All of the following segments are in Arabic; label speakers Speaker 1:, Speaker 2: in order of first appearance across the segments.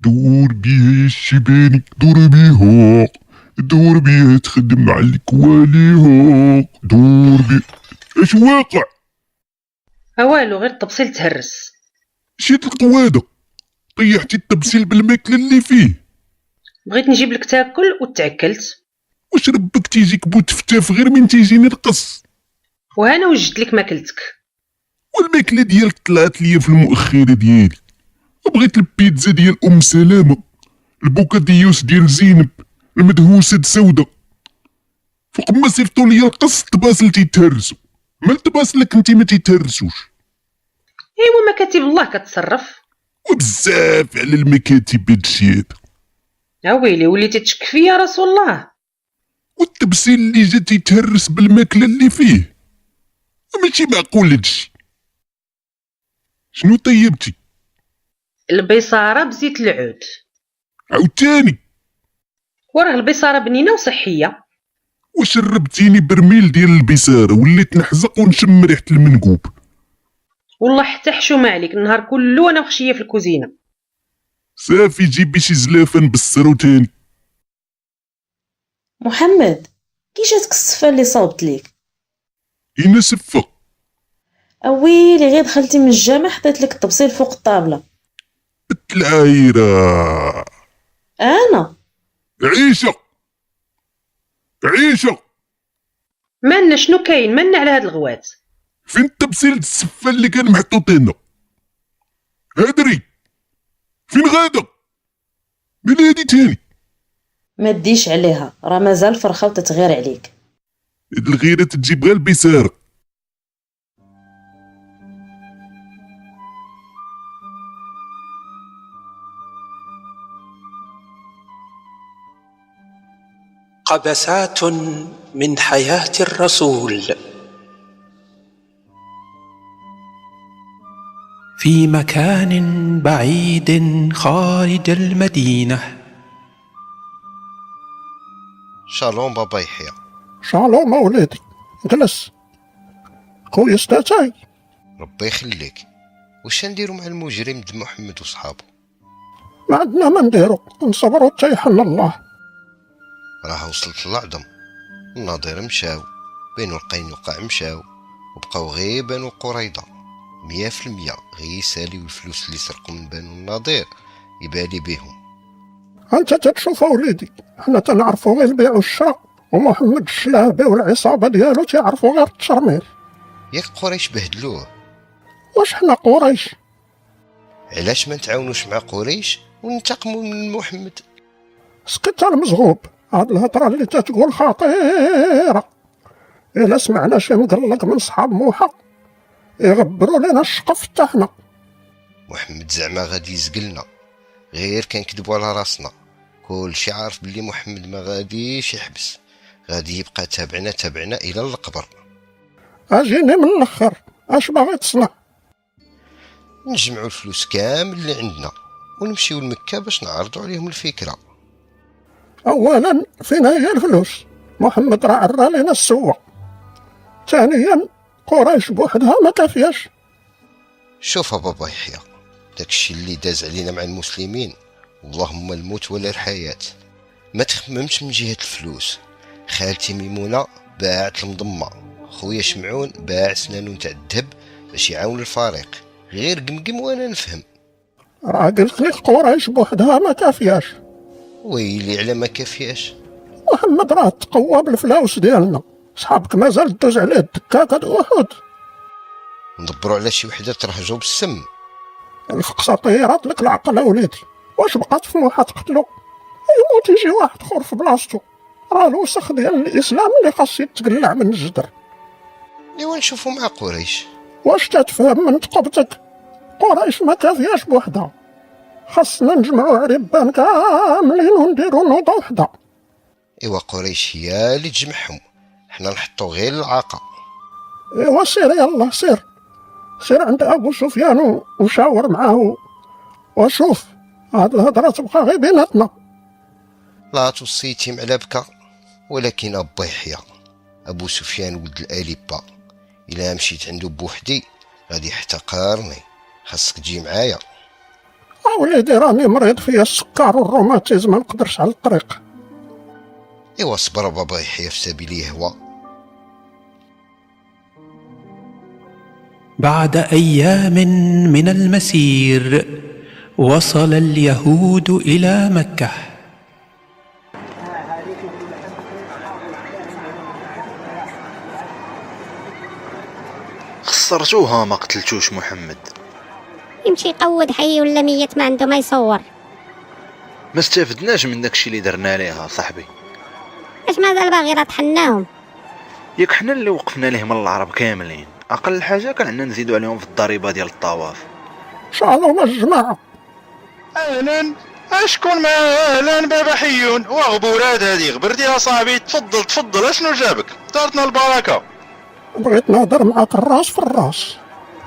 Speaker 1: دور بيه الشباني دور بيه دور بيه تخدم مع الكوالي دور بيه اش واقع
Speaker 2: ما والو غير التبصيل تهرس
Speaker 1: شيت القواده طيحتي التبسيل بالماكله اللي فيه
Speaker 2: بغيت نجيب لك تاكل وتعكلت
Speaker 1: واش ربك تيجي كبوت فتاف غير من تيجيني القص
Speaker 2: وهنا وجدت لك ماكلتك
Speaker 1: والماكله ديالك طلعت ليا في المؤخره ديالي بغيت البيتزا ديال ام سلامه البوكاديوس ديال زينب المدهوسه سودة فوق ما صيفطوا ليا القص الطباسل تيتهرسوا مال طباسلك انت ما تيتهرسوش
Speaker 2: ايوا مكاتب الله كتصرف
Speaker 1: وبزاف على المكاتب هادشي هذا
Speaker 2: يا ويلي وليتي تشكفي يا رسول الله
Speaker 1: والتبسيل اللي جا تيتهرس بالماكله اللي فيه ماشي معقول هادشي شنو طيبتي
Speaker 2: البيصاره بزيت العود
Speaker 1: عاوتاني
Speaker 2: وراه البيصاره بنينه وصحيه
Speaker 1: وشربتيني برميل ديال البساره وليت نحزق ونشم ريحه المنقوب
Speaker 2: والله حتى حشومه عليك النهار كله انا وخشيه في الكوزينه
Speaker 1: صافي جيبي شي زلافه نبسرو تاني
Speaker 3: محمد كي جاتك الصفه اللي صوبت ليك
Speaker 1: انا سفه
Speaker 3: اويلي غير دخلتي من الجامع حطيت لك الطبسيل فوق الطابله
Speaker 1: بنت العايره
Speaker 3: انا
Speaker 1: عيشه عيشه
Speaker 2: مالنا شنو كاين مالنا على هاد الغوات
Speaker 1: فين التبسيل د السفه اللي كان محطوط هنا هدري فين غاده من هادي تاني
Speaker 3: ما تديش عليها راه مازال فرخه وتتغير عليك
Speaker 1: هاد الغيره تجيب غير البساره
Speaker 4: قبسات من حياة الرسول في مكان بعيد خارج المدينة
Speaker 5: شالوم بابا يحيى
Speaker 6: شالوم وليدي جلس خويا ستاتاي
Speaker 5: ربي يخليك واش نديرو مع المجرم د محمد وصحابه
Speaker 6: ما عندنا ما نديرو نصبرو حتى يحل الله
Speaker 5: راه وصلت للعظم الناظر مشاو بينو القينقاع مشاو وبقاو غير بنو قريضة مية في المية غي يساليو الفلوس اللي سرقو من بنو النظير يبالي بيهم
Speaker 6: انت تتشوف وليدي حنا تنعرفو غير البيع والشراء ومحمد الشلابي والعصابه ديالو تيعرفو غير التشرميل
Speaker 5: ياك قريش بهدلوه
Speaker 6: واش حنا قريش
Speaker 5: علاش ما نتعاونوش مع قريش وننتقمو من محمد
Speaker 6: سكت المزغوب هاد الهضره اللي تتقول خطيره الا سمعنا شي مقلق من صحاب موحى يغبروا لنا الشقف حتى حنا
Speaker 5: محمد زعما غادي يزقلنا غير كنكذبوا على راسنا كلشي عارف بلي محمد ما غاديش يحبس غادي يبقى تابعنا تابعنا الى القبر
Speaker 6: اجيني من الاخر اش باغي تصنع
Speaker 5: نجمعوا الفلوس كامل اللي عندنا ونمشيو لمكة باش نعرضوا عليهم الفكرة
Speaker 6: اولا فين هي الفلوس محمد راه عرى لنا السوة ثانيا قريش بوحدها ما كافياش
Speaker 5: شوف بابا يحيى داكشي اللي داز علينا مع المسلمين اللهم الموت ولا الحياة ما تخممش من جهة الفلوس خالتي ميمونة باعت المضمة خويا شمعون باع سنانو تاع الذهب باش يعاون الفريق غير قمقم وانا نفهم
Speaker 6: راه قلت لك قريش بوحدها ما كافياش
Speaker 5: ويلي على ما كافياش
Speaker 6: محمد راه تقوى بالفلاوس ديالنا صحابك مازال دوز عليه الدكاكة د احد
Speaker 5: ندبروا على شي وحده ترهجو بالسم
Speaker 6: الفقصة طيرات لك العقل اوليدي واش بقات في موحة تقتلو يموت يجي واحد خور في بلاصتو راه الوسخ ديال الاسلام اللي خاص يتقلع من الجدر
Speaker 5: ايوا نشوفو مع قريش
Speaker 6: واش تتفهم من تقبتك قريش ما كافياش بوحدها خاصنا نجمعو عربان كاملين ونديرو نوضة وحدة
Speaker 5: ايوا قريش هي اللي تجمعهم حنا نحطو غير العاقه
Speaker 6: ايوا سير يلا سير سير عند ابو سفيان و- وشاور معاه وشوف هاد الهضره تبقى غير بيناتنا
Speaker 5: لا توصيتهم على بكى ولكن أبا يحيى أبو سفيان ولد الأليبة إلا مشيت عنده بوحدي غادي يحتقرني خاصك تجي معايا
Speaker 6: اوليدي راني مريض فيا السكر والروماتيزم ما نقدرش على الطريق
Speaker 5: ايوا صبر بابا يحيى في سبيل يهوى
Speaker 4: بعد ايام من المسير وصل اليهود الى مكه
Speaker 7: خسرتوها ما قتلتوش محمد
Speaker 8: يمشي يقود حي ولا ميت ما عنده ما يصور
Speaker 7: ما استفدناش من داكشي اللي درنا ليها صاحبي
Speaker 8: اش مازال باغي راه طحناهم
Speaker 7: ياك حنا اللي وقفنا ليه من العرب كاملين اقل حاجه كان عندنا نزيدو عليهم في الضريبه ديال الطواف
Speaker 6: شعلونا الجماعه
Speaker 9: اهلا اشكون مع اهلا بابا حيون وغبورات هذه غبرتيها صاحبي تفضل تفضل اشنو جابك دارتنا البركه
Speaker 6: بغيت نهضر معاك الراس في الراس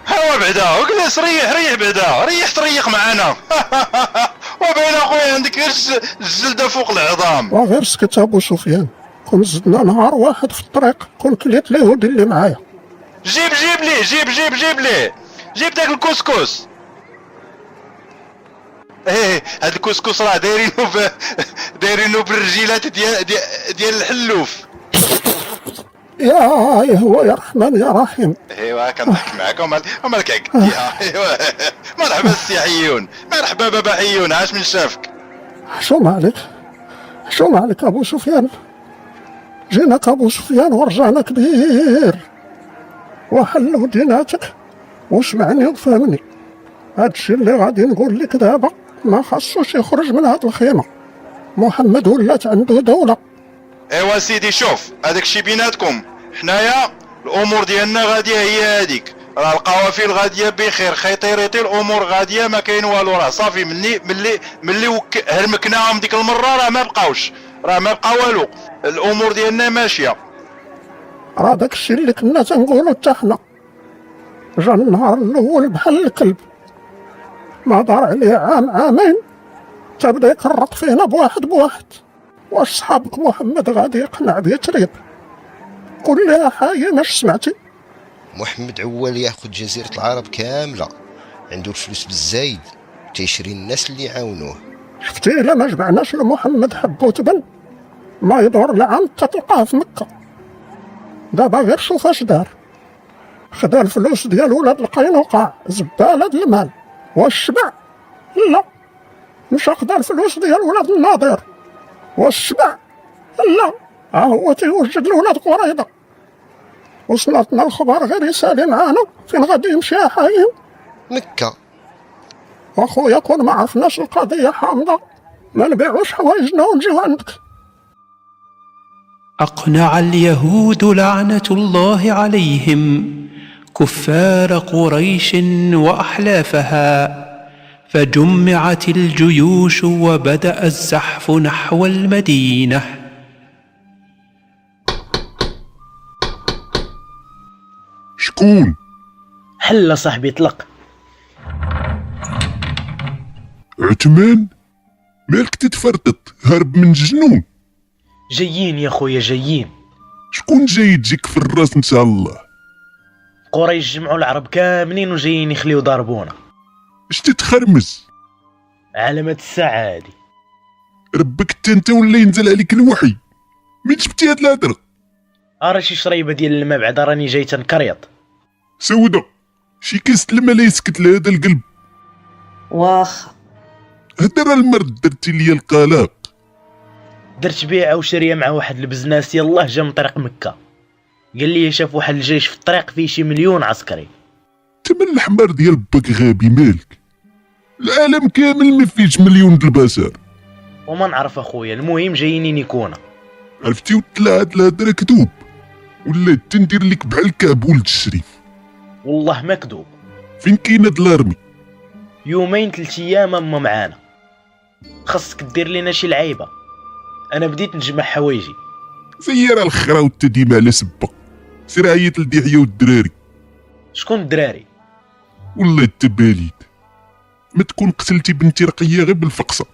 Speaker 9: هوا بعدا اجلس ريح ريح بعدا ريح تريح معانا وبين اخويا عندك غير الز- الزلده فوق العظام
Speaker 6: وغير سكت ابو سفيان كون زدنا نهار واحد في الطريق كون كليت اليهودي اللي معايا
Speaker 9: جيب جيب لي جيب جيب جيب لي جيب داك الكسكس ايه هاد الكسكس راه دايرينو ب... دايرينو بالرجيلات ديال ديال ديال الحلوف
Speaker 6: يا يهوى يا رحمن يا رحيم
Speaker 9: ايوا كنضحك معاك ومال ومال كعكتيها ايوا مرحبا السي حيون مرحبا بابا حيون عاش من شافك
Speaker 6: حشوم عليك حشوم عليك ابو سفيان جيناك ابو سفيان ورجعنا كبير وحلو ديناتك واسمعني وفهمني هادشي اللي غادي نقول لك دابا ما خاصوش يخرج من هاد الخيمه محمد ولات عنده دوله
Speaker 9: ايوا سيدي شوف هذاك الشي بيناتكم حنايا الامور ديالنا غاديه هي هذيك راه القوافل غاديه بخير خيطي ريطي الامور غاديه ما كاين والو راه صافي ملي ملي ملي وك- هرمكناهم ديك المره راه ما بقاوش راه ما بقى والو الامور ديالنا ماشيه
Speaker 6: راه داكشي اللي كنا تنقولو حتى حنا جا النهار الاول بحال الكلب ما دار عليه عام عامين تا بدا يكرط فينا بواحد بواحد واش صحابك محمد غادي يقنع بيه تريب قول لي حاين اش سمعتي
Speaker 5: محمد عوال ياخد جزيره العرب كامله عنده الفلوس بالزايد تيشري الناس اللي عاونوه
Speaker 6: شفتي الا ما جمعناش لمحمد حبو تبن ما يدور العام تا تلقاه في مكه دابا غير شوف اش دار خدا الفلوس ديال ولاد القينقاع زباله د المال واش شبع لا مشى خدا الفلوس ديال ولاد الناظر واش شبع لا ها هو تيوجد لولاد قريضه وصلتنا الخبر غير يسالي معانا فين غادي يمشي يا حايم
Speaker 5: مكه
Speaker 6: واخويا كون ما عرفناش القضيه حامضه ما نبيعوش حوايجنا ونجيو عندك
Speaker 4: اقنع اليهود لعنه الله عليهم كفار قريش واحلافها فجمعت الجيوش وبدا الزحف نحو المدينه
Speaker 1: شكون
Speaker 10: حل صاحبي طلق
Speaker 1: عثمان مالك تتفرطط هرب من الجنون
Speaker 10: جايين يا خويا جايين
Speaker 1: شكون جاي تجيك في الراس ان شاء الله
Speaker 10: قريش جمعوا العرب كاملين وجايين يخليو ضربونا
Speaker 1: اش تتخرمز
Speaker 10: علامة الساعة هادي
Speaker 1: ربك حتى انت ولا ينزل عليك الوحي من شفتي هاد الهضره
Speaker 10: أرى شي شريبة ديال الماء بعدا راني جاي تنكريط
Speaker 1: سودة شي كاس الماء لا يسكت لهذا القلب
Speaker 3: واخ
Speaker 1: هدر المرد درتي ليا القلق
Speaker 10: درت بيعة وشرية مع واحد البزناس يلاه جا من طريق مكة قال لي شاف واحد الجيش في الطريق فيه شي مليون عسكري
Speaker 1: تمن الحمار ديال باك غابي مالك العالم كامل ما فيهش مليون د البشر
Speaker 10: وما نعرف اخويا المهم جايين يكونا
Speaker 1: عرفتي وتلا هاد الهضره كذوب ولا تندير لك بحال الكعب ولد الشريف
Speaker 10: والله ما كذوب
Speaker 1: فين كاين هاد الارمي
Speaker 10: يومين ثلاث ايام اما معانا خاصك دير لنا شي لعيبه انا بديت نجمع حوايجي
Speaker 1: سير الخرا والتديم على سبه سير عيط لديحيا والدراري
Speaker 10: شكون الدراري
Speaker 1: ولا التباليد ما تكون قتلتي بنتي رقيه غير بالفقصه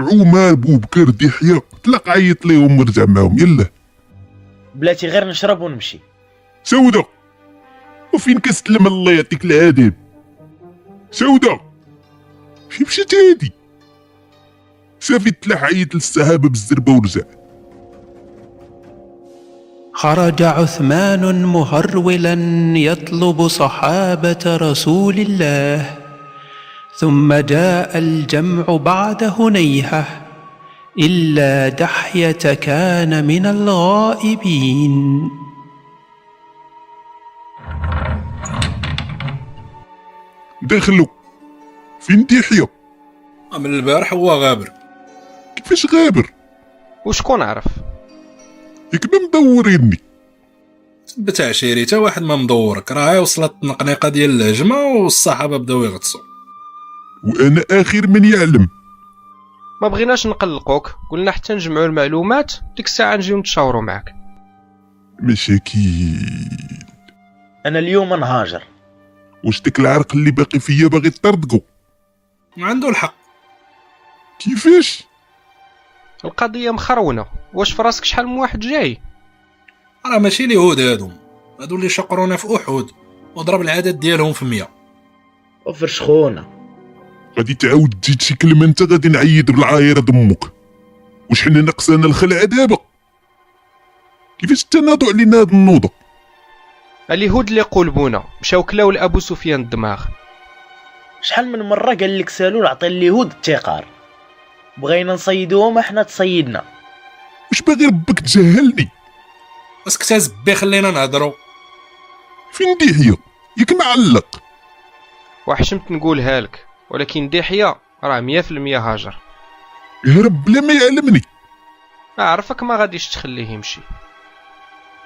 Speaker 1: عومه بوبكر ديحيا طلق عيط ليهم ورجع معاهم يلا
Speaker 10: بلاتي غير نشرب ونمشي
Speaker 1: سودة وفين كاس الماء الله يعطيك العذاب سودة فين مشات هادي صافي تلا عيط للصحابه بالزربه ورجع
Speaker 4: خرج عثمان مهرولا يطلب صحابه رسول الله ثم جاء الجمع بعد هنيهه الا دحيه كان من الغائبين
Speaker 1: دخلوا فين دحية
Speaker 11: من البارح هو غابر
Speaker 1: كيفاش غابر
Speaker 11: وشكون عرف
Speaker 1: ياك ما مدوريني
Speaker 11: تبت عشيري تا واحد ما مدورك راه وصلت التنقنيقه ديال الهجمه والصحابه بداو يغطسوا
Speaker 1: وانا اخر من يعلم
Speaker 12: ما بغيناش نقلقوك قلنا حتى نجمعوا المعلومات ديك الساعه نجيو نتشاوروا معاك
Speaker 1: مشاكيل
Speaker 10: انا اليوم نهاجر
Speaker 1: واش داك العرق اللي باقي فيا باغي طردقو
Speaker 11: عنده الحق
Speaker 1: كيفاش
Speaker 12: القضيه مخرونه واش في راسك شحال من واحد جاي
Speaker 11: راه ماشي اليهود هادو هادو اللي شقرونا في احد وضرب العدد ديالهم في 100
Speaker 10: وفرشخونا
Speaker 1: غادي تعاود تزيد شي كلمه انت غادي نعيد بالعايره دمك واش حنا ناقصنا الخلعه دابا كيفاش تناضوا علينا هاد النوضه
Speaker 12: اليهود اللي قلبونا مشاو كلاو لابو سفيان الدماغ
Speaker 10: شحال من مره قال لك سالول عطي اليهود التقار بغينا نصيدوهم احنا تصيدنا
Speaker 1: واش باغي ربك تجهلني
Speaker 11: اسكت يا زبي خلينا نهضروا
Speaker 1: فين ديحية ياك معلق
Speaker 12: وحشمت نقولها لك ولكن دحية راه مية في المية هاجر
Speaker 1: يهرب بلا ما يعلمني
Speaker 12: عرفك ما غاديش تخليه يمشي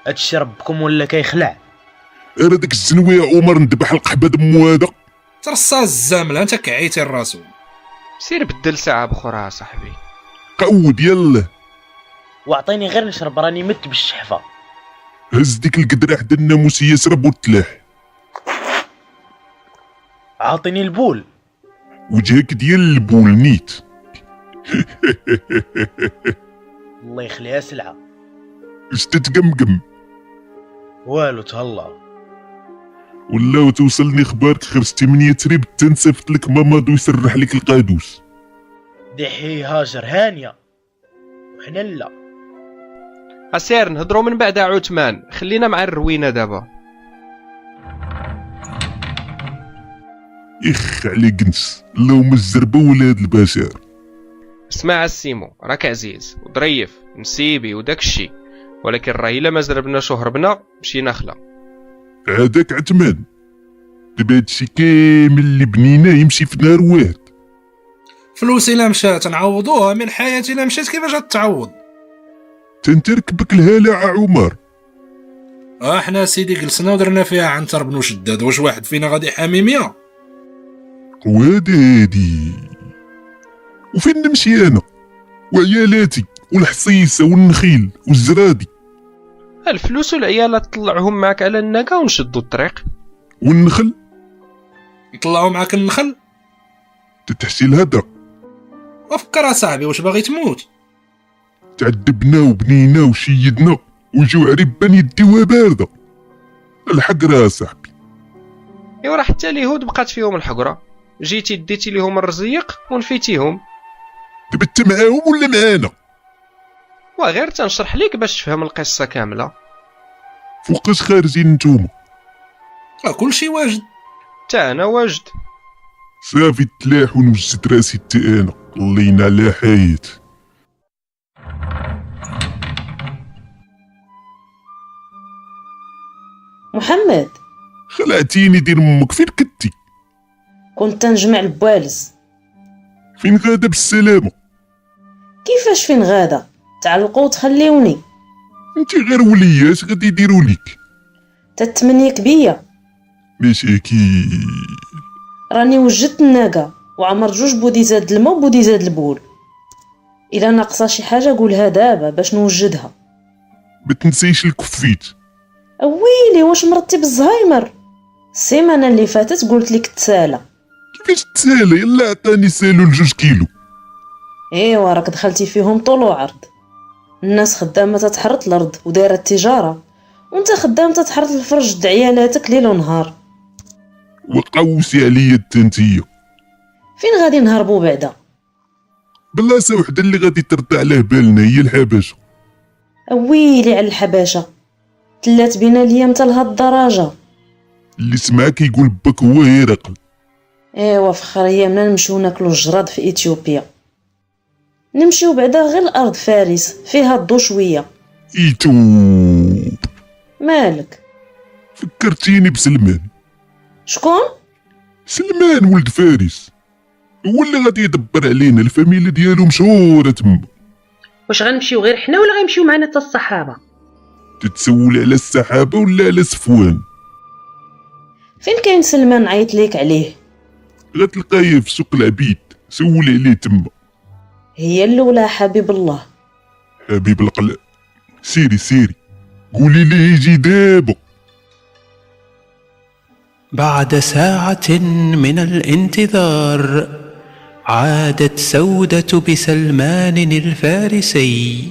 Speaker 10: هادشي ربكم ولا كيخلع
Speaker 1: راه داك الزنوي يا عمر ندبح القحبه دمو هذا
Speaker 11: ترصا الزامل انت كعيتي الراسو
Speaker 12: سير بدل ساعه بخرى صاحبي
Speaker 1: قود يلا
Speaker 10: واعطيني غير نشرب راني مت بالشحفه
Speaker 1: هز ديك القدره حدا الناموس يسرب وتلاح
Speaker 10: عاطيني البول
Speaker 1: وجهك ديال البول نيت
Speaker 10: الله يخليها سلعه
Speaker 1: واش تتقمقم
Speaker 10: والو تهلا
Speaker 1: ولا توصلني خبارك غير 8 تريب تنسفت لك مامادو يسرح لك القادوس
Speaker 10: دحي هاجر هانيه وحنا لا
Speaker 12: اسير نهضروا من بعد عثمان خلينا مع الروينه دابا
Speaker 1: اخ عليك نس اللهم الزربه ولا هاد البشر
Speaker 12: اسمع السيمو راك عزيز وظريف نسيبي وداك الشي ولكن راه الا ما زربناش وهربنا مشينا خلا
Speaker 1: هذاك عثمان دابا هادشي كامل اللي بنيناه يمشي في نهار واحد
Speaker 11: فلوس الا مشات نعوضوها من حياتي الا مشات كيفاش غتعوض
Speaker 1: تنتركبك الهالة عمر
Speaker 11: اه حنا سيدي جلسنا ودرنا فيها عنتر بن شداد واش واحد فينا غادي يحامي 100
Speaker 1: وهادي وفين نمشي انا وعيالاتي والحصيصه والنخيل والزرادي
Speaker 12: الفلوس والعيالات طلعهم معك على الناقه ونشدوا الطريق
Speaker 1: والنخل
Speaker 11: يطلعوا معاك النخل
Speaker 1: تتحشي الهضره
Speaker 11: وفكر اصاحبي واش باغي تموت
Speaker 1: تعذبنا وبنينا وشيدنا وجو عربان يديوها بارده الحق راه صاحبي
Speaker 12: ايوا راه حتى اليهود بقات فيهم الحقره جيتي ديتي ليهم الرزيق ونفيتيهم
Speaker 1: دابا انت معاهم ولا معانا
Speaker 12: وغير تنشرح ليك باش تفهم القصه كامله
Speaker 1: فوقاش خارجين نتوما
Speaker 11: راه كلشي آه، واجد
Speaker 12: تا انا واجد
Speaker 1: صافي تلاح ونوجد راسي حتى انا الله ينال على حياتي
Speaker 3: محمد
Speaker 1: خلعتيني دير امك فين كنتي
Speaker 3: كنت تنجمع البوالز
Speaker 1: فين غادا بالسلامه
Speaker 3: كيفاش فين غادا تعلقوا وتخليوني
Speaker 1: انت غير وليات غادي يديروا ليك
Speaker 3: تتمنيك بيا
Speaker 1: مشاكي
Speaker 3: راني وجدت الناقه وعمر جوج بوديزات الماء وبوديزات البول الا ناقصه شي حاجه قولها دابا باش نوجدها
Speaker 1: ما تنسيش الكفيت
Speaker 3: ويلي واش مرضتي بالزهايمر السيمانه اللي فاتت قلت لك تسالى
Speaker 1: كيفاش تسالى يلا عطاني سالو لجوج كيلو
Speaker 3: ايوا راك دخلتي فيهم طول وعرض الناس خدامه تتحرط الارض ودايره التجاره وانت خدام تتحرط الفرج د عيالاتك ليل ونهار
Speaker 1: وقوسي عليا التنتيه
Speaker 3: فين غادي نهربوا بعدا
Speaker 1: بلاصه وحده اللي غادي ترد عليه بالنا هي الحبشه
Speaker 3: ويلي على الحباشه تلات بينا ليا حتى لهاد الدرجه
Speaker 1: اللي سمعها كيقول باك هو هرقل
Speaker 3: ايوا فخريه منا نمشيو ناكلو الجراد في اثيوبيا نمشيو بعدا غير لارض فارس فيها الضو شويه
Speaker 1: ايتو
Speaker 3: مالك
Speaker 1: فكرتيني بسلمان
Speaker 3: شكون
Speaker 1: سلمان ولد فارس هو اللي غادي يدبر علينا الفاميلي ديالو مشهوره تما
Speaker 2: واش غنمشيو غير حنا ولا غيمشيو معنا حتى الصحابه
Speaker 1: تتسول على السحابه ولا على صفوان
Speaker 3: فين كاين سلمان عيط ليك عليه
Speaker 1: غتلقايه في سوق العبيد سول عليه تما
Speaker 3: هي الاولى حبيب الله
Speaker 1: حبيب القلب سيري سيري قولي ليه يجي دابا
Speaker 4: بعد ساعة من الانتظار عادت سودة بسلمان الفارسي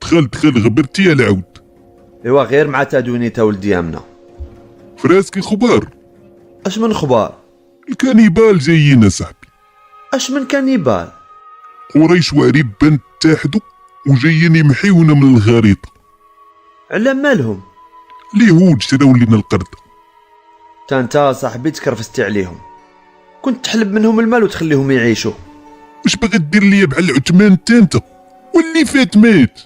Speaker 1: دخل دخل غبرتي يا العود
Speaker 13: ايوا غير مع تادوني تا ولد يامنا
Speaker 1: فراسكي خبار
Speaker 13: اش من خبار
Speaker 1: الكانيبال جايين صاحبي
Speaker 13: اش من كانيبال
Speaker 1: قريش وعريب بن اتحدوا وجايين يمحيونا من الخريطه
Speaker 13: على مالهم
Speaker 1: اليهود شراو لينا القرد
Speaker 13: تا انت صاحبي تكرفستي عليهم كنت تحلب منهم المال وتخليهم يعيشوا
Speaker 1: واش باغي دير ليا بحال العثمان حتى انت واللي فات مات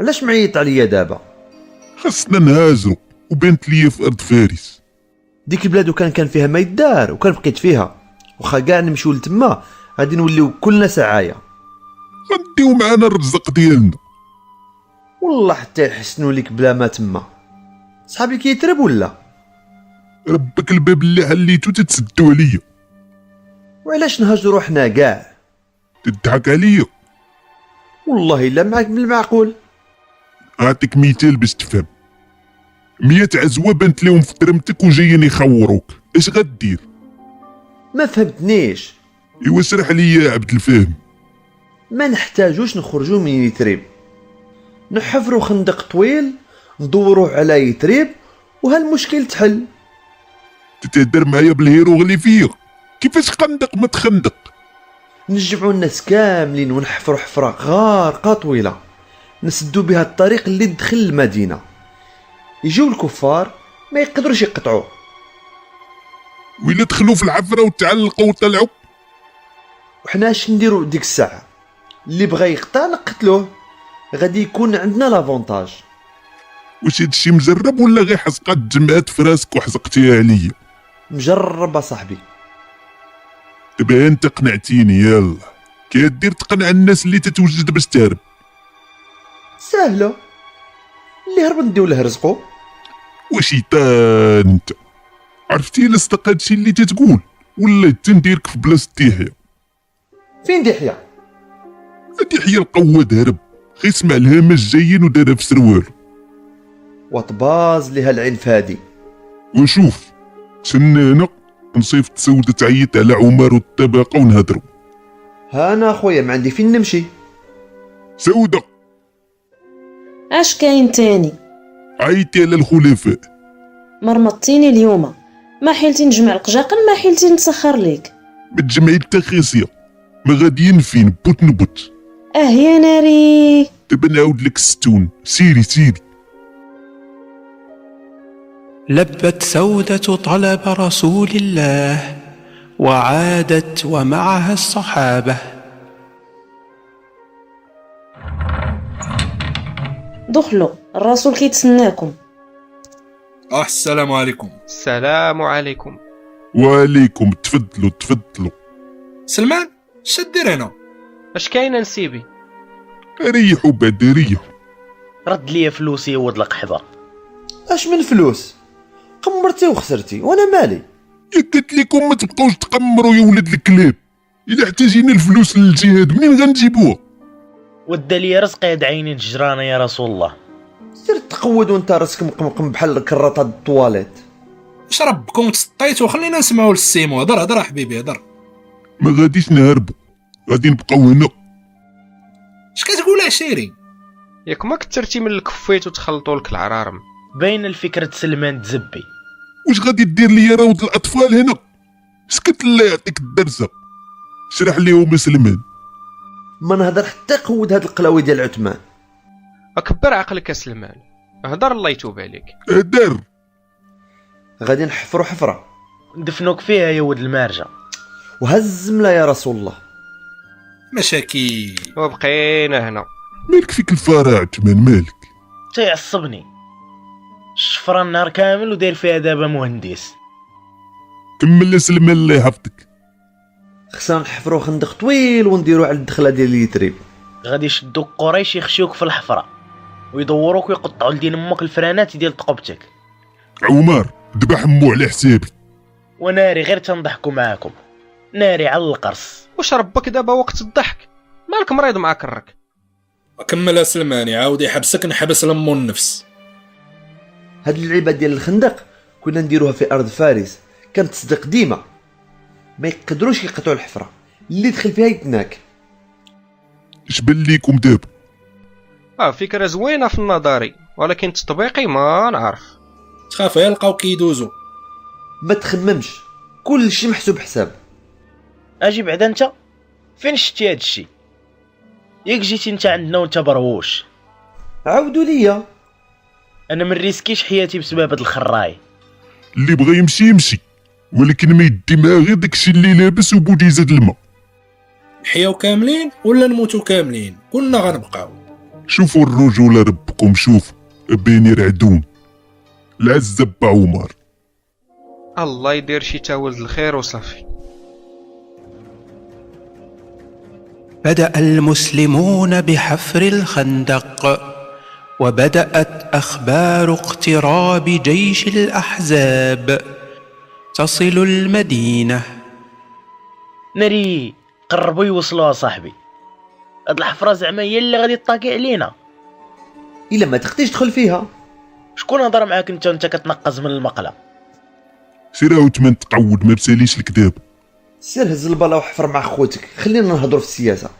Speaker 13: علاش معيط عليا دابا
Speaker 1: خاصنا نهاجروا وبنت ليا في ارض فارس
Speaker 13: ديك البلاد وكان كان فيها ما يدار وكان بقيت فيها واخا كاع نمشيو لتما غادي نوليو كلنا سعايه
Speaker 1: غنديو معانا الرزق ديالنا
Speaker 13: والله حتى يحسنوا لك بلا ما تما صحابي كيترب ولا
Speaker 1: ربك الباب اللي حليتو تتسدو عليا
Speaker 13: وعلاش نهاجروا حنا كاع
Speaker 1: تضحك عليا
Speaker 13: والله الا معك من المعقول
Speaker 1: اعطيك مثال باش تفهم مية عزوة بنت لهم في درمتك وجايين يخوروك اش غدير
Speaker 13: ما فهمتنيش
Speaker 1: ايوا سرح ليا يا عبد الفهم
Speaker 13: ما نحتاجوش نخرجوا من يتريب نحفروا خندق طويل ندوروه على يتريب وهالمشكل تحل
Speaker 1: تتهدر معايا بالهيروغليفية كيفاش خندق ما تخندق
Speaker 13: نجمعوا الناس كاملين ونحفروا حفرة غارقة طويلة نسدوا بها الطريق اللي دخل المدينة يجيو الكفار ما يقدروش يقطعوه
Speaker 1: ويلا دخلوا في العفرة وتعلقوا وطلعوا
Speaker 13: وحنا اش نديرو ديك الساعة اللي بغى يقطع نقتلوه غادي يكون عندنا لافونتاج
Speaker 1: واش هادشي مجرب ولا غير حزقات جمعات في راسك وحزقتيها عليا
Speaker 13: مجرب اصاحبي
Speaker 1: دابا انت قنعتيني يلا كدير تقنع الناس اللي تتوجد باش تهرب
Speaker 13: ساهله اللي هرب نديو له رزقو
Speaker 1: وشيطان انت عرفتي الا صدق هادشي اللي تتقول ولا تنديرك في بلاصه ديحيا
Speaker 13: فين دحية
Speaker 1: ديحيا القواد هرب غير سمع الهمج جايين ودارها في سروال
Speaker 13: وطباز لها العين فادي
Speaker 1: ونشوف تسنى هنا نصيفط سودة تعيط على عمر والطبقة ونهضروا
Speaker 13: ها انا اخويا ما عندي فين نمشي
Speaker 1: سودة
Speaker 3: اش كاين تاني
Speaker 1: عيطي على الخلفاء
Speaker 3: مرمطتيني اليوم ما حيلتي نجمع القجاقل ما حيلتي نسخر ليك
Speaker 1: ما تجمعي التخيصية ما غاديين فين بوت نبوت
Speaker 3: اه يا ناري
Speaker 1: دابا نعاود لك الستون سيري سيري
Speaker 4: لبت سودة طلب رسول الله وعادت ومعها الصحابة
Speaker 3: دخلوا الرسول كيتسناكم
Speaker 11: اه السلام عليكم
Speaker 12: السلام عليكم
Speaker 1: وعليكم تفضلوا تفضلوا
Speaker 11: سلمان شدير هنا
Speaker 12: اش كاين نسيبي
Speaker 1: ريحوا بعد ريحوا
Speaker 10: رد لي فلوسي ود القحبه
Speaker 13: اش من فلوس قمرتي وخسرتي وانا مالي
Speaker 1: يا قلت لكم ما تبقاوش تقمروا يا ولاد الكلاب الا احتاجينا الفلوس للجهاد منين غنجيبوها
Speaker 10: ودا لي رزقي يد عيني الجرانه يا رسول الله
Speaker 13: سير تقود وانت راسك مقمقم بحال الكره تاع الطواليت
Speaker 11: اش ربكم تسطيتوا خلينا نسمعوا للسيمو هضر هضر حبيبي هضر
Speaker 1: ما غاديش نهربوا غادي نبقاو هنا
Speaker 11: اش كتقول عشيري
Speaker 12: ياك ما كثرتي من الكفيت وتخلطوا لك العرارم
Speaker 10: باين الفكرة سلمان تزبي
Speaker 1: واش غادي دير لي راود الاطفال هنا سكت الله يعطيك الدرزه شرح ليهم سلمان
Speaker 13: ما نهضر حتى قود هاد القلاوي ديال عثمان
Speaker 12: اكبر عقلك سلمان هضر الله يتوب عليك
Speaker 1: هدر
Speaker 13: غادي نحفروا حفره
Speaker 10: دفنوك فيها يا ولد المارجه
Speaker 13: وهزملا يا رسول الله
Speaker 11: مشاكل
Speaker 12: وبقينا هنا
Speaker 1: مالك فيك الفرع عثمان مالك
Speaker 10: تيعصبني الشفره النهار كامل وداير فيها دابا مهندس
Speaker 1: كمل يا سلمان الله يحفظك
Speaker 13: خصنا نحفروا خندق طويل ونديروا على الدخله ديال اليتريب
Speaker 10: غادي يشدوك قريش يخشيوك في الحفره ويدوروك ويقطعوا لدين امك الفرانات ديال تقبتك
Speaker 1: عمر ذبح مو على حسابي
Speaker 10: وناري غير تنضحكوا معاكم ناري على القرص
Speaker 12: واش ربك دابا وقت الضحك مالك مريض معاك الرك
Speaker 11: كمل سلماني عاود يحبسك نحبس لمو النفس
Speaker 13: هاد اللعيبه ديال الخندق كنا نديروها في ارض فارس كانت تصدق ديما ما يقدروش يقطعوا الحفره اللي يدخل فيها يتناك
Speaker 1: اش بان ليكم دابا
Speaker 12: اه فكره زوينه في النظري ولكن تطبيقي ما نعرف
Speaker 11: تخاف يلقاو كيدوزو
Speaker 13: ما تخممش كل شيء محسوب حساب
Speaker 10: اجي بعدا انت فين شتي هاد الشي ياك جيتي انت عندنا وانت برهوش
Speaker 13: عاودوا ليا
Speaker 10: انا ما نريسكيش حياتي بسبب هاد الخراي
Speaker 1: اللي بغى يمشي يمشي ولكن ما يدي معاه غير داكشي اللي لابس وبوديزه د الماء
Speaker 11: نحياو كاملين ولا نموتو كاملين كلنا غنبقاو
Speaker 1: شوفوا الرجولة ربكم شوف بينير عدون العزة بعمر
Speaker 12: الله يدير شي تاول الخير وصافي
Speaker 14: بدا المسلمون بحفر الخندق وبدات اخبار اقتراب جيش الاحزاب تصل المدينه
Speaker 10: ناري قربوا يوصلوها صاحبي هاد الحفره زعما هي اللي غادي تطاكي علينا
Speaker 13: الا ما تقديش تدخل فيها
Speaker 10: شكون هضر معاك انت وانت كتنقز من المقله
Speaker 1: سير عثمان تقعود ما بساليش الكذاب
Speaker 13: سير هز البلا وحفر مع خوتك خلينا نهضروا في السياسه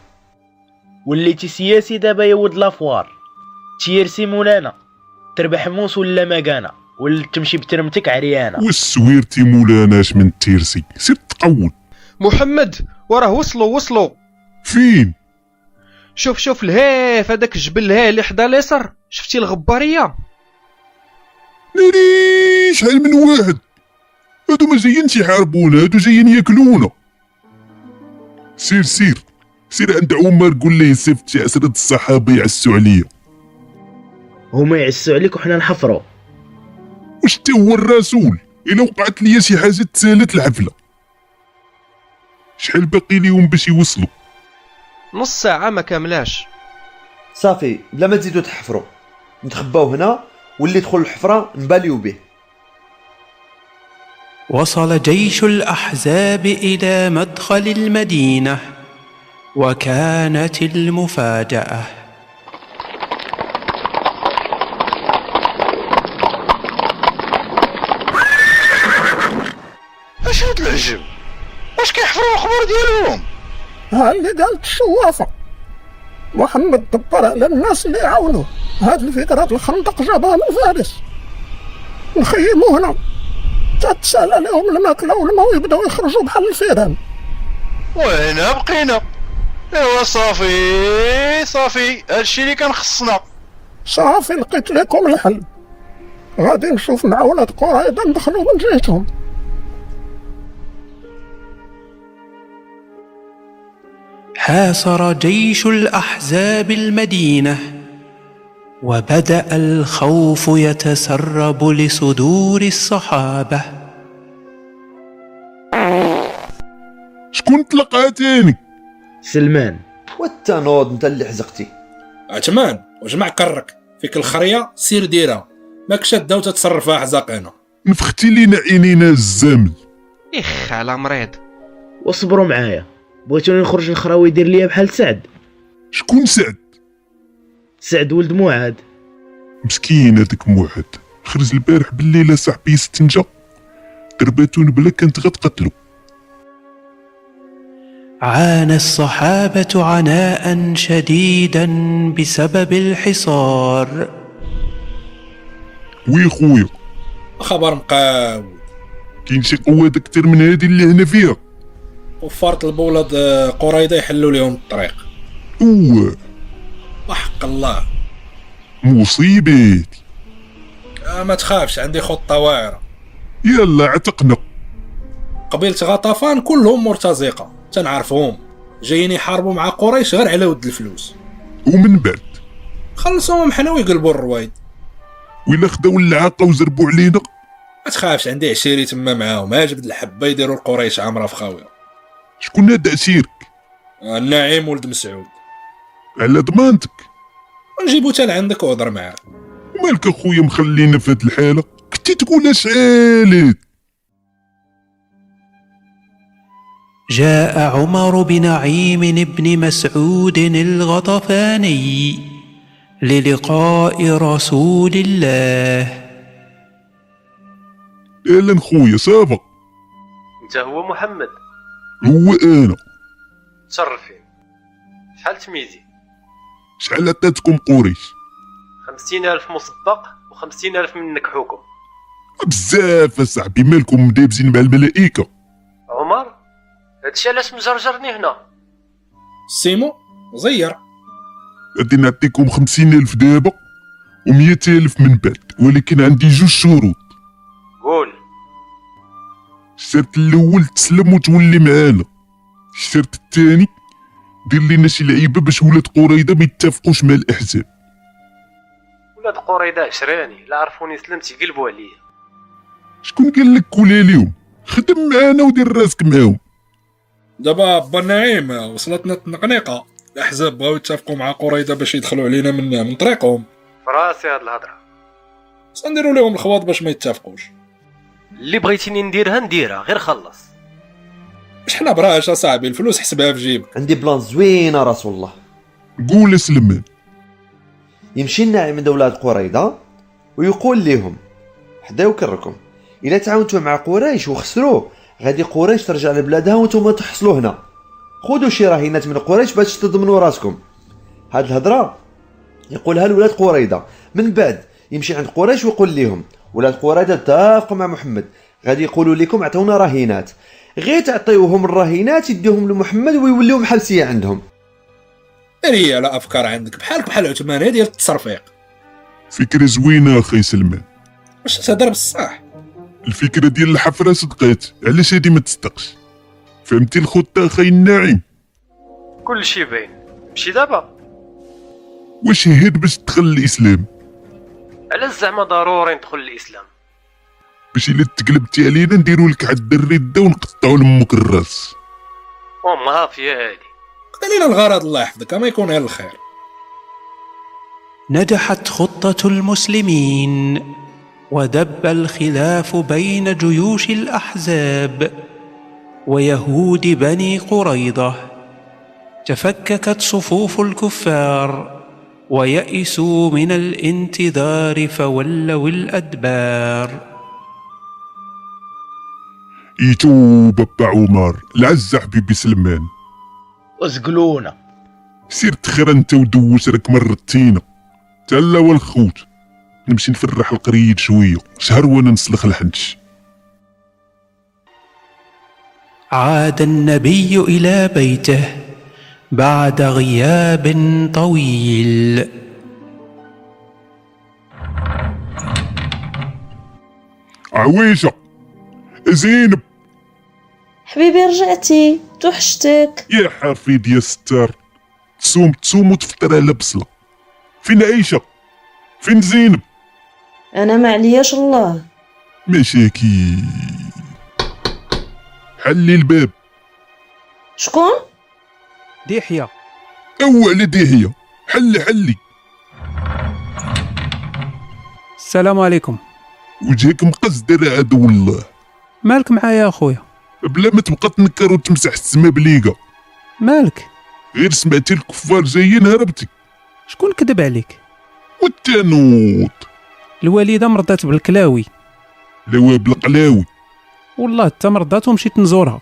Speaker 10: وليتي سياسي دابا يا ولد لافوار تيرسي مولانا تربح موس ولا مكانه ولا تمشي بترمتك عريانه
Speaker 1: والسويرتي مولانا اش من تيرسي سير تقعود
Speaker 12: محمد وراه وصلوا وصلوا
Speaker 1: فين
Speaker 12: شوف شوف الهيف هذاك الجبل ها اللي حدا اليسر شفتي الغباريه
Speaker 1: ناري إيه، شحال من واحد هادو ما جايينش يحاربونا هادو جايين ياكلونا سير سير سير عند عمر قول ليه يصيفط شي عشرة الصحابة يعسوا عليا
Speaker 10: هما يعسوا عليك وحنا نحفروا
Speaker 1: واش تا هو الرسول الا وقعت ليا شي حاجة تسالت الحفلة شحال باقي ليهم باش يوصلوا
Speaker 12: نص ساعه ما كاملاش
Speaker 13: صافي بلا ما تزيدوا تحفروا نتخباو هنا واللي يدخل الحفره نباليو به
Speaker 14: وصل جيش الاحزاب الى مدخل المدينه وكانت المفاجاه
Speaker 9: اش هاد العجب واش كيحفروا القبور ديالهم
Speaker 6: ها اللي قالت الشوافة محمد دبر على الناس اللي عاونوه هاد الفكرة الخندق جابها من فارس نخيموه هنا تتسالى لهم الماكلة والماء ويبداو يخرجوا بحال الفيران
Speaker 9: وهنا بقينا ايوا صافي صافي هادشي اللي كان خصنا
Speaker 6: صافي لقيت لكم الحل غادي نشوف مع ولاد قريضة ندخلوا من جهتهم
Speaker 14: حاصر جيش الاحزاب المدينه وبدا الخوف يتسرب لصدور الصحابه
Speaker 1: شكون تلقى تاني
Speaker 10: سلمان
Speaker 13: والتنوض انت اللي حزقتي
Speaker 11: عثمان وجمع كرك فيك الخريه سير ديرها ماك شاده وتتصرفها حزاقينا
Speaker 1: نفختي لينا عينينا الزمل
Speaker 12: اخ على مريض
Speaker 10: واصبروا معايا بغيتوني نخرج الخراوي يدير ليا بحال سعد
Speaker 1: شكون سعد
Speaker 10: سعد ولد معاد
Speaker 1: مسكين هذاك موحد خرج البارح بالليل صاحبي يستنجا قرباتو نبله كانت غتقتلو
Speaker 14: عانى الصحابه عناء شديدا بسبب الحصار
Speaker 1: وي خويا
Speaker 11: خبر مقاود
Speaker 1: كاين شي قواد اكثر من هذه اللي هنا فيها
Speaker 11: وفرت البولاد آه، قريضه يحلوا لهم الطريق
Speaker 1: اوه
Speaker 11: وحق الله
Speaker 1: مصيبه
Speaker 11: آه ما تخافش عندي خطه واعره
Speaker 1: يلا عتقنا
Speaker 11: قبيله غطفان كلهم مرتزقه تنعرفهم جايين يحاربوا مع قريش غير على ود الفلوس
Speaker 1: ومن بعد
Speaker 11: خلصوهم حنا ويقلبوا الروايد
Speaker 1: ولا خداو اللعاقه وزربوا علينا
Speaker 11: ما تخافش عندي عشيري تما معاهم هاجبد الحبه يديروا القريش عامره في خاويه
Speaker 1: شكون هذا اسير
Speaker 11: آه، النعيم ولد مسعود
Speaker 1: على ضمانتك
Speaker 11: نجيبو حتى لعندك وهضر معاه
Speaker 1: مالك اخويا مخلينا في هذه الحاله كنتي تقول اش عالي
Speaker 4: جاء عمر بنعيم بن مسعود الغطفاني للقاء رسول الله
Speaker 1: اهلا خويا صافا
Speaker 15: انت هو محمد
Speaker 1: هو انا
Speaker 15: تشرفين شحال تميزي
Speaker 1: شحال عطاتكم قريش
Speaker 15: خمسين ألف مصدق وخمسين ألف منك حكم
Speaker 1: بزاف اصاحبي مالكم دابزين مع الملائكه
Speaker 15: عمر هادشي علاش مجرجرني هنا
Speaker 11: سيمو زير
Speaker 1: غادي نعطيكم خمسين ألف دابا ومية ألف من بعد ولكن عندي جوج شروط
Speaker 15: قول
Speaker 1: الشرط الأول تسلم وتولي معانا الشرط الثاني دير لينا شي لعيبة باش ولاد قريضة ما يتفقوش مع الأحزاب
Speaker 15: ولاد قريضة عشراني لا عرفوني سلمت يقلبوا عليا
Speaker 1: شكون قال لك كولي ليهم خدم معانا ودير راسك معاهم
Speaker 11: دابا با نعيم وصلتنا التنقنيقه الاحزاب بغاو يتفقوا مع قريضه باش يدخلوا علينا من من طريقهم
Speaker 15: فراسي هاد الهضرة
Speaker 11: سنديروا لهم الخواط باش ما يتفقوش
Speaker 15: اللي بغيتيني نديرها نديرها غير خلص
Speaker 11: شحال براش اصاحبي الفلوس حسبها في جيبك
Speaker 13: عندي بلان زوينه رسول الله
Speaker 1: قول سلمان
Speaker 13: يمشي الناعي من ولاد قريضه ويقول لهم حدا يكركم الا تعاونتوا مع قريش وخسروه غادي قريش ترجع لبلادها وانتم تحصلوا هنا خذوا شي راهينات من قريش باش تضمنوا راسكم هاد الهضره يقولها لولاد قريضه من بعد يمشي عند قريش ويقول لهم ولاد قريضه اتفقوا مع محمد غادي يقولوا لكم عطونا راهينات غير تعطيوهم الراهينات يديهم لمحمد ويوليو محبسيه عندهم
Speaker 11: هي لا افكار عندك بحالك بحال عثمانيه ديال التصرفيق
Speaker 1: فكرة زوينة أخي سلمان
Speaker 11: واش تهضر بصح
Speaker 1: الفكرة ديال الحفرة صدقات علاش هادي ما تصدقش فهمتي الخطة أخي الناعم
Speaker 15: كل شي باين مشي دابا
Speaker 1: واش هاد باش تدخل الإسلام
Speaker 15: علاش زعما ضروري ندخل للإسلام
Speaker 1: باش إلا تقلبتي علينا نديرو لك عد الردة ونقطعو لأمك الراس
Speaker 15: وما فيها هادي
Speaker 11: خلينا الغرض الله يحفظك ما يكون غير الخير
Speaker 4: نجحت خطه المسلمين ودب الخلاف بين جيوش الاحزاب ويهود بني قريضه تفككت صفوف الكفار ويئسوا من الانتظار فولوا الادبار
Speaker 1: يتوب با عمر العز حبيبي سلمان
Speaker 10: وزقلونا
Speaker 1: سير تخير انت ودوش راك مرتينا تلا والخوت نمشي نفرح القريد شويه شهر وانا نسلخ الحنش
Speaker 4: عاد النبي الى بيته بعد غياب طويل
Speaker 1: عويشه زينب
Speaker 3: حبيبي رجعتي توحشتك
Speaker 1: يا حفيد يا ستار تصوم تصوم وتفطر على بصله فين عيشه فين زينب
Speaker 3: انا ما علياش الله
Speaker 1: مشاكي حلي الباب
Speaker 3: شكون
Speaker 4: ديحية
Speaker 1: او على ديهيه حلي حلي
Speaker 4: السلام عليكم
Speaker 1: وجهك مقزدر عاد والله
Speaker 4: مالك معايا اخويا
Speaker 1: بلا ما تبقى تنكر وتمسح السما بليقه
Speaker 4: مالك
Speaker 1: غير سمعتي الكفار جايين هربتي
Speaker 4: شكون كذب عليك
Speaker 1: والتانوت
Speaker 4: الوالده مرضات بالكلاوي
Speaker 1: لواب القلاوي
Speaker 4: والله حتى مرضات ومشيت نزورها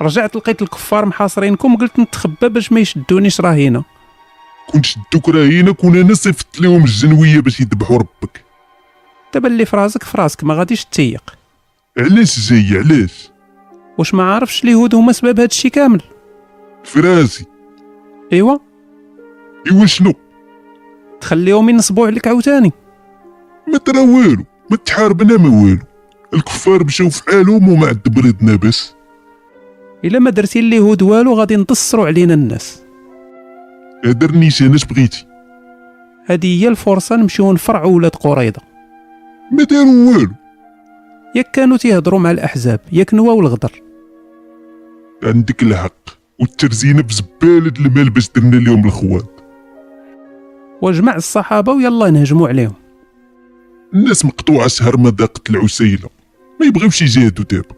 Speaker 4: رجعت لقيت الكفار محاصرينكم قلت نتخبى باش ما يشدونيش راهينا
Speaker 1: كون شدوك راهينا كون انا صيفطت لهم الجنويه باش يذبحوا ربك
Speaker 4: دابا اللي في راسك في راسك ما غاديش تيق
Speaker 1: علاش جاي علاش
Speaker 4: واش ما عارفش اليهود هما سبب هذا الشيء كامل
Speaker 1: فراسي
Speaker 4: ايوا
Speaker 1: ايوا شنو
Speaker 4: تخليهم ينصبوا عليك عاوتاني
Speaker 1: ما ترى والو ما تحاربنا ما والو الكفار مشاو في حالهم وما عند بريدنا بس
Speaker 4: الا ما درتي اليهود والو غادي نتصروا علينا الناس
Speaker 1: هدرنيش انا بغيتي
Speaker 4: هذه هي الفرصه نمشيو نفرعوا ولاد قريضه
Speaker 1: ما داروا والو
Speaker 4: ياك كانوا تيهضروا مع الاحزاب ياك نواو الغدر
Speaker 1: عندك الحق والترزينه بزباله المال باش درنا لهم الخوان
Speaker 4: وجمع الصحابه ويلا نهجموا عليهم
Speaker 1: الناس مقطوعه شهر ما ضاقت العسيله ما يبغيوش يجاهدوا دابا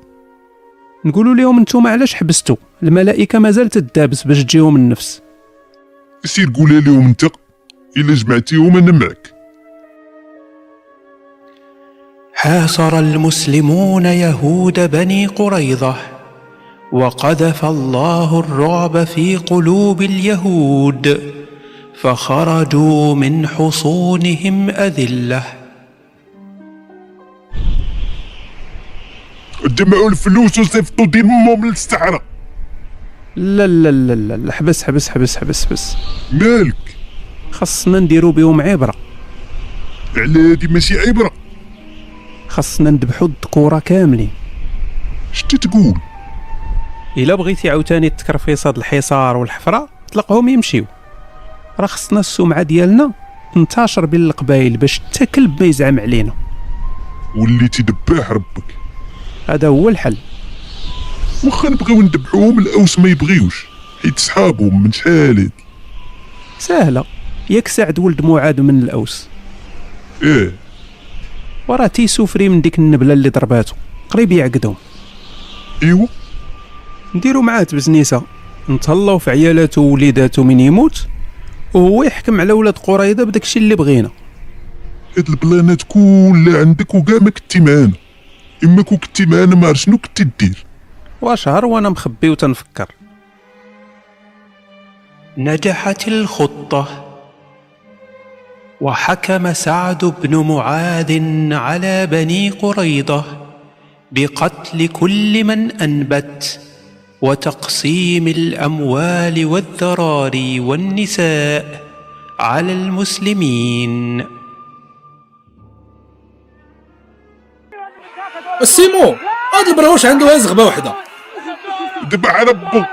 Speaker 4: نقولوا لهم نتوما علاش حبستوا الملائكه مازال تدابس باش تجيهم النفس
Speaker 1: سير قولها لهم انت الا جمعتيهم انا معك
Speaker 14: حاصر المسلمون يهود بني قريظه وقذف الله الرعب في قلوب اليهود فخرجوا من حصونهم اذله
Speaker 1: جمعوا الفلوس وصيفطوا دين امهم للصحراء
Speaker 4: لا لا لا لا لا حبس حبس حبس حبس حبس
Speaker 1: مالك
Speaker 4: خصنا نديرو بهم عبره
Speaker 1: على هادي ماشي عبره
Speaker 4: خصنا نذبحوا الذكورة كاملين
Speaker 1: شتي تقول
Speaker 4: الا بغيتي عاوتاني تكرفيص هاد الحصار والحفره طلقهم يمشيو راه خصنا السمعه ديالنا تنتشر بين القبائل باش حتى كلب ما يزعم علينا
Speaker 1: وليتي دباح ربك
Speaker 4: هذا هو الحل
Speaker 1: واخا نبغيو نذبحوهم الاوس ما يبغيوش حيت صحابهم من شحال هادي
Speaker 4: سهله ياك سعد ولد معاد من الاوس
Speaker 1: ايه
Speaker 4: وراه تيسوفري من ديك النبله اللي ضرباتو قريب يعقدهم
Speaker 1: ايوا
Speaker 4: نديرو معاه تبزنيسه نتهلاو في عيالاتو ووليداتو من يموت وهو يحكم على ولاد قريضه بداكشي اللي بغينا
Speaker 1: هاد البلانات كلها عندك وكاع ما كنتي معانا اما كون كنتي معانا ما عرف شنو كنتي دير
Speaker 4: واشهر وانا مخبي وتنفكر
Speaker 14: نجحت الخطه وحكم سعد بن معاذ على بني قريضه بقتل كل من انبت وتقسيم الاموال والذراري والنساء على المسلمين
Speaker 11: سيمو هاد البروش عنده هاز غبه وحده
Speaker 1: دبع ربو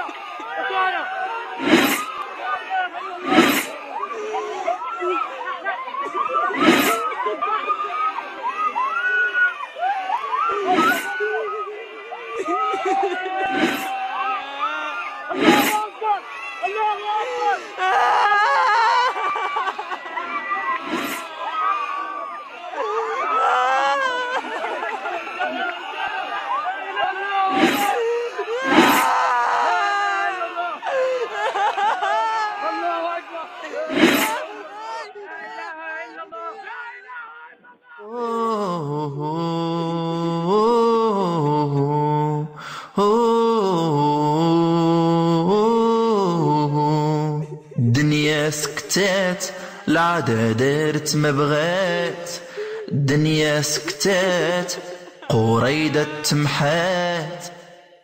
Speaker 16: الدنيا سكتات العادة دارت ما بغات الدنيا سكتات قريدة تمحات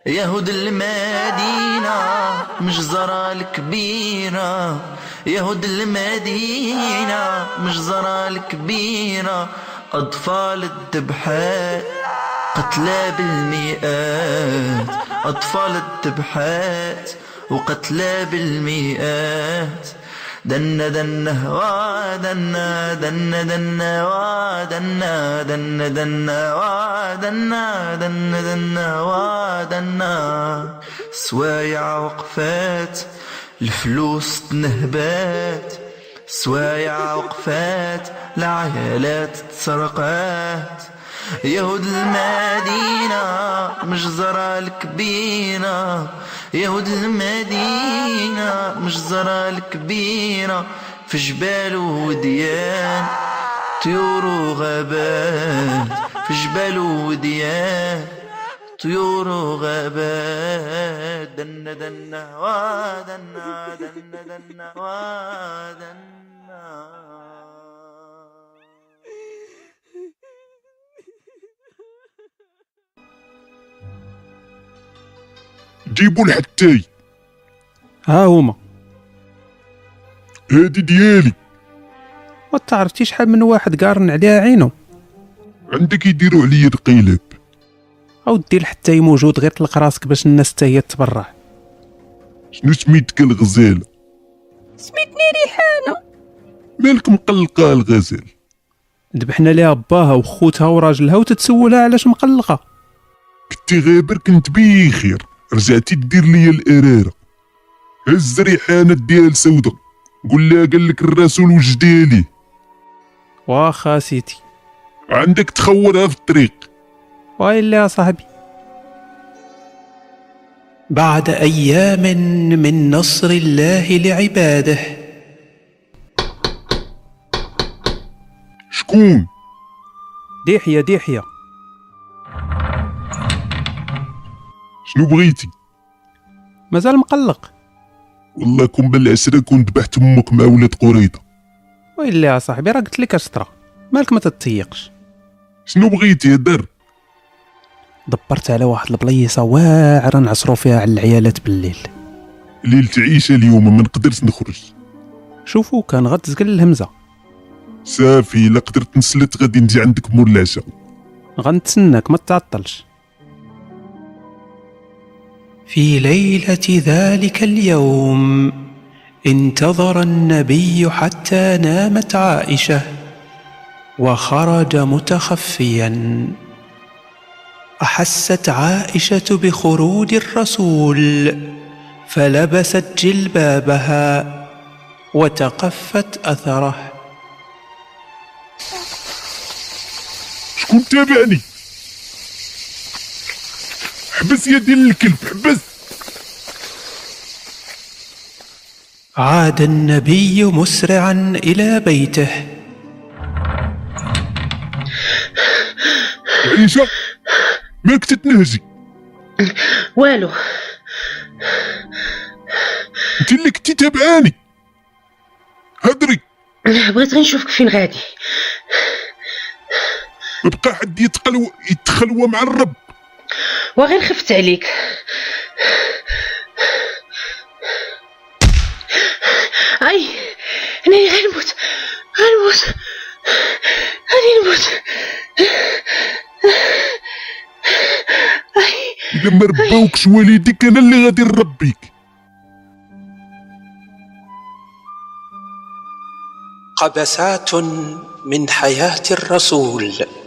Speaker 16: يهود المدينة مجزرة الكبيرة يهود المدينة مجزرة الكبيرة أطفال الذبحات قتلى بالمئات أطفال الذبحات وقتلى بالمئات دنا دنا وادنا دنا دنا وادنا دنا دنا وادنا دنا دنا وادنا سوايع وقفات الفلوس تنهبات سوايع وقفات العيالات تسرقات يهود المدينة مجزرة الكبيرة يهود المدينة مجزرة الكبيرة في جبال وديان طيور وغابات في جبال وديان طيور وغابات دنا دنا ودنا دنا دنا ودنا
Speaker 1: جيبوا الحتاي
Speaker 4: ها هما
Speaker 1: هادي ديالي
Speaker 4: ما تعرفتي شحال من واحد قارن عليها عينو
Speaker 1: عندك يديروا عليا القيلب
Speaker 4: او دير حتى موجود غير طلق راسك باش الناس حتى هي تبرع
Speaker 1: شنو سميتك الغزالة
Speaker 17: سميتني ريحانة
Speaker 1: مالك مقلقة الغزال
Speaker 4: ذبحنا ليها باها وخوتها وراجلها وتتسولها علاش مقلقة
Speaker 1: كنتي غابر كنت بيه خير رجعتي دير ليا الارارة هز ريحانة ديال سودة قول لها قال لك الرسول وجه ديالي
Speaker 4: واخا سيتي
Speaker 1: عندك تخورها في الطريق
Speaker 4: ويلي يا صاحبي
Speaker 14: بعد ايام من نصر الله لعباده
Speaker 1: شكون
Speaker 4: ديحية ديحية
Speaker 1: شنو بغيتي
Speaker 4: مازال مقلق
Speaker 1: والله كون بالعسرة كون ذبحت امك مع ولاد قريضة
Speaker 4: ويلي يا صاحبي راه قلت لك اشطرا مالك ما تتيقش
Speaker 1: شنو بغيتي هدر
Speaker 4: دبرت على واحد البليصه واعره نعصرو فيها على العيالات بالليل
Speaker 1: ليلة عيشة اليوم ما نقدرش نخرج
Speaker 4: شوفوا كان غتزقل الهمزه
Speaker 1: صافي الا قدرت نسلت غادي نجي عندك مور العشاء
Speaker 4: غنتسناك ما تعطلش
Speaker 14: في ليله ذلك اليوم انتظر النبي حتى نامت عائشه وخرج متخفيا احست عائشه بخروج الرسول فلبست جلبابها وتقفت اثره
Speaker 1: شكون تابعني حبس يدي للكلب حبس
Speaker 14: عاد النبي مسرعا الى بيته
Speaker 1: عيشة مالك تتنهزي
Speaker 2: والو
Speaker 1: انت اللي كنتي تابعاني هدري
Speaker 2: بغيت غير نشوفك فين غادي
Speaker 1: بقى حد يتقلو يتخلوى مع الرب
Speaker 2: وغير خفت عليك اي انا غنموت غنموت غادي نموت
Speaker 1: الا ما رباوكش والديك انا اللي غادي نربيك
Speaker 14: قبسات من حياه الرسول